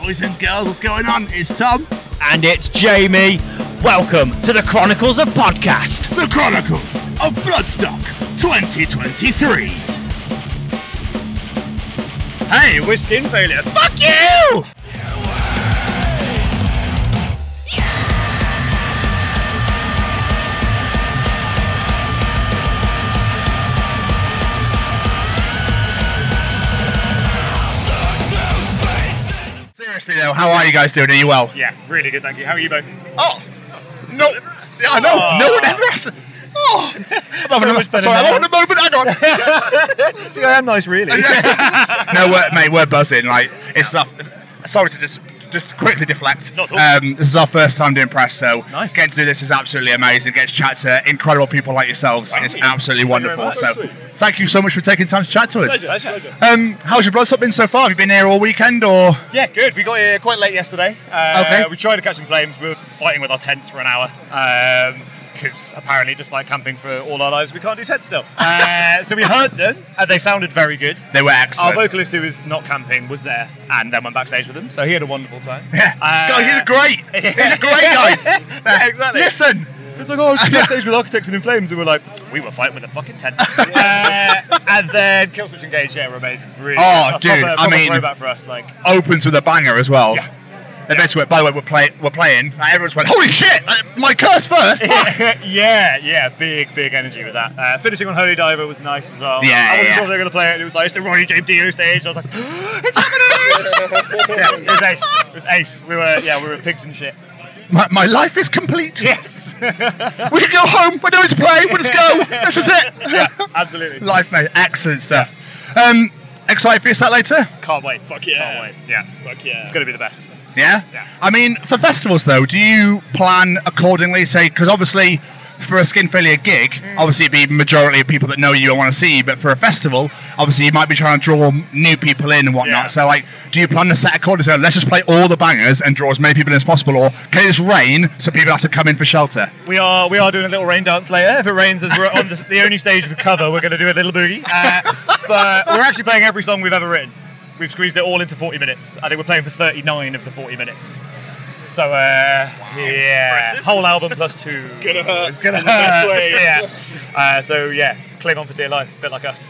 boys and girls, what's going on? It's Tom, And it's Jamie. Welcome to the Chronicles of Podcast. the Chronicles of Bloodstock 2023. Hey, we're skin failure. Fuck you! Seriously though, how are you guys doing? Are you well? Yeah, really good, thank you. How are you both? Oh no! I know. No one ever asked. Oh, I'm having, much a, better sorry, I'm now. having a moment. Hang on. See, I am nice, really. no, we're, mate, we're buzzing. Like it's our, sorry to just just quickly deflect. Not at Um, this is our first time doing press, so Nice. getting to do this is absolutely amazing. Getting to chat to incredible people like yourselves Thank is you. absolutely Thank you very wonderful. much. So, So sweet. thank you so much for taking time to chat to us. Pleasure, pleasure. Um, how's your blood sup been so far? Have you been here all weekend or? Yeah, good. We got here quite late yesterday. Uh, Okay. We tried to catch some flames. We were fighting with our tents for an hour. Uh, because apparently, despite camping for all our lives, we can't do tents still. Uh, so we heard them, and they sounded very good. They were Our excellent. vocalist, who is not camping, was there, and then went backstage with them. So he had a wonderful time. yeah. Uh, guys, these are great. These are great, guys. Yeah, exactly. Listen. It's like, oh, I was just backstage with Architects and In Flames, and we're like, we were fighting with a fucking tent. uh, and then Killswitch Engage, yeah, were amazing. Really, Oh, a dude, proper, I proper mean- throwback for us. Like, opens with a banger as well. Yeah. And that's where, by the way, we're, play, we're playing. Like, everyone's went, holy shit, uh, my curse first. fuck." yeah, yeah, big, big energy with that. Uh, finishing on Holy Diver was nice as well. Yeah, I wasn't yeah. sure if they were going to play it, and it was like, it's the Ronnie James Dio stage. I was like, it's happening! yeah, it was ace. It was ace. We were, yeah, we were pigs and shit. my, my life is complete. Yes! We can go home. We know it's play. We'll just go. This is it. Absolutely. life, mate. Excellent stuff. Um, excited for your set later? Can't wait. Fuck yeah. Can't wait. Yeah. Fuck yeah. It's going to be the best. Yeah? Yeah. I mean, for festivals though, do you plan accordingly? Say, because obviously, for a skin failure gig, obviously it'd be majority of people that know you and want to see you. But for a festival, obviously you might be trying to draw new people in and whatnot. Yeah. So like, do you plan the set accordingly? So let's just play all the bangers and draw as many people in as possible, or can it just rain so people have to come in for shelter? We are we are doing a little rain dance later. If it rains, as we're on the, the only stage with cover, we're going to do a little boogie. Uh, but we're actually playing every song we've ever written. We've squeezed it all into 40 minutes. I think we're playing for 39 of the 40 minutes. So uh, yeah, whole album plus two. it's gonna hurt. It's gonna hurt. yeah. Uh, so yeah, cling on for dear life, a bit like us.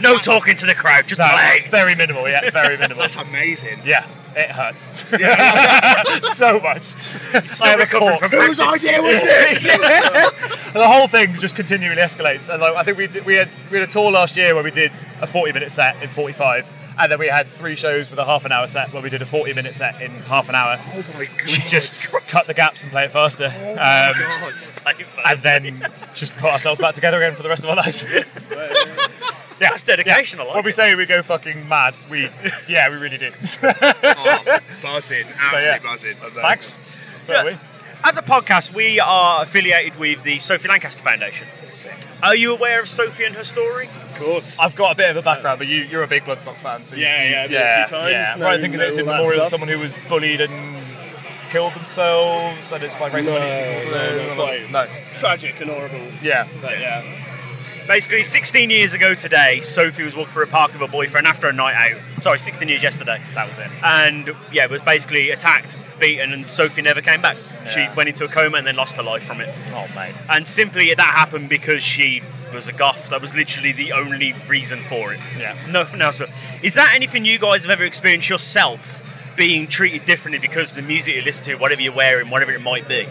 no talking to the crowd, just play. Very minimal. Yeah, very minimal. amazing. Yeah, it hurts. so much. I have a corpse. Whose idea was this? the whole thing just continually escalates. And like, I think we did, we had we had a tour last year where we did a 40 minute set in 45, and then we had three shows with a half an hour set where we did a 40 minute set in half an hour. oh my god! We just cut the gaps and play it faster, um, and then just put ourselves back together again for the rest of our lives. yeah, that's dedication. when we say we go fucking mad, we yeah, we really do. buzzing, So, absolutely yeah. buzzing. Thanks. So are we. As a podcast, we are affiliated with the Sophie Lancaster Foundation. Are you aware of Sophie and her story? I've got a bit of a background, but you, you're a big Bloodstock fan, so Yeah, you, yeah, I've been a yeah, few times, yeah. know- right, thinking that it's in know all that memorial to stuff. someone who was bullied and killed themselves, and it's like raising No, money for no, others and no, all that. no, tragic and horrible. yeah, But yeah, Basically, 16 years ago today, Sophie was walking through a park with her boyfriend after a night out. Sorry, 16 years yesterday. that was it. And yeah, was basically attacked, beaten, and Sophie never came back. Yeah. She went into a coma and then lost her life from it. Oh mate, And simply that happened because she was a goth. That was literally the only reason for it. Yeah. Nothing else. Is that anything you guys have ever experienced yourself being treated differently because of the music you listen to, whatever you're wearing, whatever it might be?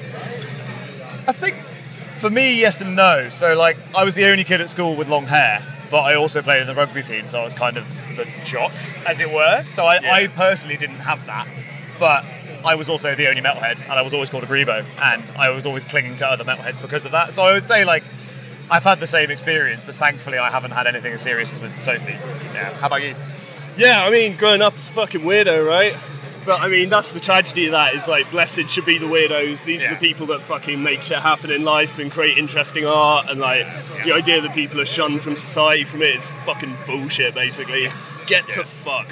I think for me, yes and no. So like, I was the only kid at school with long hair, but I also played in the rugby team, so I was kind of the jock, as it were. So I, Yeah. I personally didn't have that, but. I was also the only metalhead, and I was always called a grebo, and I was always clinging to other metalheads because of that. So I would say, like, I've had the same experience, but thankfully I haven't had anything as serious as with Sophie. Yeah. How about you? yeah. I mean, growing up is a fucking weirdo, right? But I mean, that's the tragedy of that. Is like, blessed should be the weirdos. These are Yeah. the people that fucking make shit happen in life and create interesting art. And like, the idea that people are shunned from society from it is fucking bullshit. Basically, get to fuck.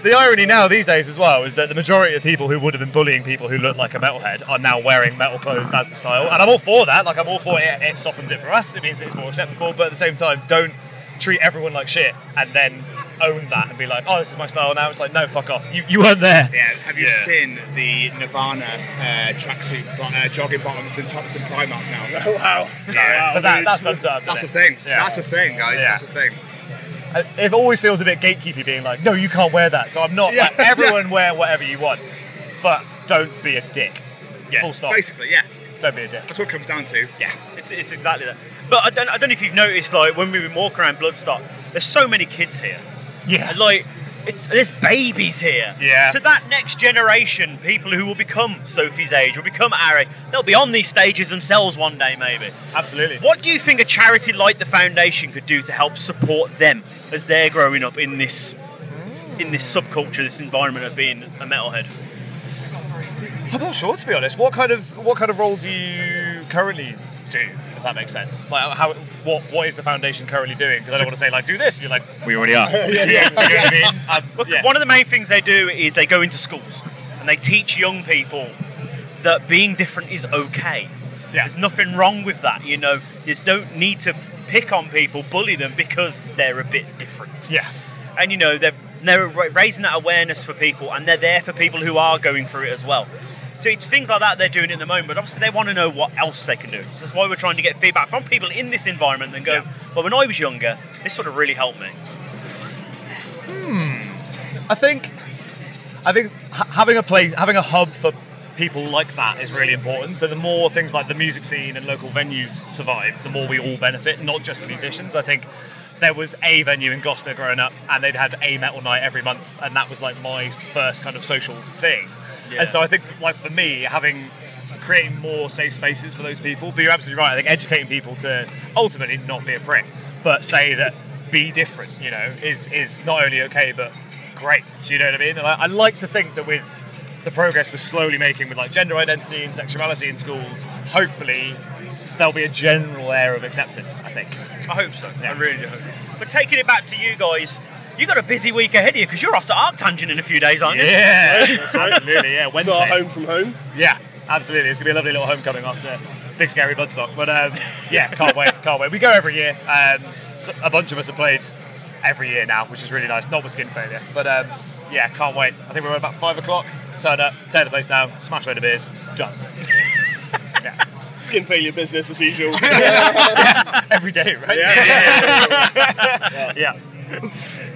The irony now these days as well is that the majority of people who would have been bullying people who look like a metalhead are now wearing metal clothes as the style, and I'm all for that. Like I'm all for it. It softens it for us. It means it's more acceptable. But at the same time, don't treat everyone like shit and then own that and be like, oh, this is my style now. It's like, no, fuck off. You, you weren't there. Yeah, have you Yeah. seen the Nirvana uh, tracksuit, bo- uh, jogging bottoms and tops and Primark now? wow. Yeah, but that, that's untubbed. That's a thing. Yeah. That's a thing, guys. Yeah. That's a thing. Uh, It always feels a bit gatekeepy being like, no, you can't wear that. So I'm not. Like, everyone wear whatever you want, but don't be a dick. Yeah. Full stop. Basically, yeah. Don't be a dick. That's what it comes down to. Yeah, it's, it's exactly that. But I don't, I don't know if you've noticed, like, when we've been walking around Bloodstock, there's so many kids here. Yeah. And, like, it's, there's babies here. Yeah. So that next generation, people who will become Sophie's age, will become our age, they'll be on these stages themselves one day, maybe. Absolutely. What do you think a charity like the foundation could do to help support them as they're growing up in this in this subculture, this environment of being a metalhead? I'm not sure to be honest. What kind of what kind of role do you currently do? If that makes sense. Like how what what is the foundation currently doing? Because I don't want to say like do this. And you're like We already are. yeah, yeah, do you know what I mean? Um, Look, yeah. one of the main things they do is they go into schools and they teach young people that being different is okay. Yeah. There's nothing wrong with that. You know, you just don't need to pick on people, bully them because they're a bit different. yeah. And you know, they're they're ra- raising that awareness for people, and they're there for people who are going through it as well. So it's things like that they're doing at the moment. But obviously, they want to know what else they can do. So that's why we're trying to get feedback from people in this environment and go, "Well, when I was younger, this would have really helped me." I think I think ha- having a place, having a hub for people like that is really important. So the more things like the music scene and local venues survive, the more we all benefit, not just the musicians. I think there was a venue in Gloucester growing up, and they'd had a metal night every month, and that was like my first kind of social thing. Yeah. And so I think, like for me, having creating more safe spaces for those people. But you're absolutely right. I think educating people to ultimately not be a prick, but say that be different. You know, is is not only okay but great. Do you know what I mean? And I, I like to think that with the progress we're slowly making with like gender identity and sexuality in schools, hopefully there'll be a general air of acceptance. I think. I hope so. I really do hope so. But taking it back to you guys, you got a busy week ahead of you because you're off to Arctangent in a few days, aren't you? Yeah, absolutely. Yeah, It's Wednesday. our home from home. Yeah, absolutely. It's gonna be a lovely little homecoming after big scary bloodstock. But um, yeah, can't wait, can't wait. We go every year. Um, so a bunch of us have played every year now, which is really nice. Not with skin failure, but um, yeah, can't wait. I think we're at about five o'clock. Turn up, tear the place down, smash a load of beers, done. Skin failure business as usual. Every day, right? yeah.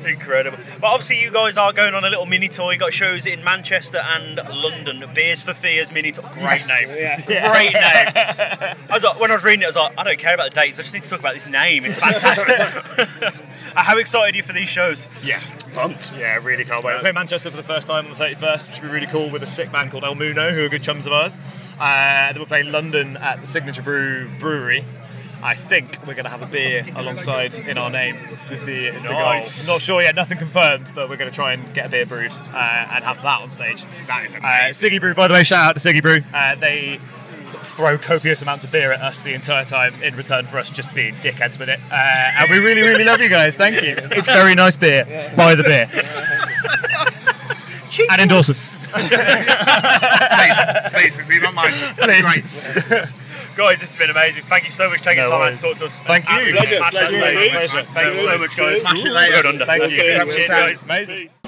Incredible. But obviously, you guys are going on a little mini tour. You got shows in Manchester and London. Beers for Fears mini tour. Great name. Great name. I was like, when I was reading it, I was like, I don't care about the dates. I just need to talk about this name. It's fantastic. How excited are you for these shows? Yeah. Pumped. Yeah, really can't wait. We play Manchester for the first time on the 31st, which would be really cool, with a sick band called El Muno, who are good chums of ours. Uh, then we're playing London at the Signature Brew Brewery. I think we're going to have a beer alongside in our name. Is the is the goal? Nice. Not sure yet. Nothing confirmed, but we're going to try and get a beer brewed uh, and have that on stage. That is Uh, amazing. Siggy Brew, by the way, shout out to Siggy Brew. Uh, they throw copious amounts of beer at us the entire time in return for us just being dickheads with it. Uh, and we really, really love you guys. Thank you. It's very nice beer. Buy the beer. and endorse us. Please, please, read my mind. Please. Great. Guys, this has been amazing. Thank you so much for taking No time out worries. to talk to us. Thank you. Absolute Pleasure, smash. pleasure, Thank you so pleasure. much, guys. Pleasure. Smash it later. Thank you. Okay. Cheers, guys. Amazing. Amazing.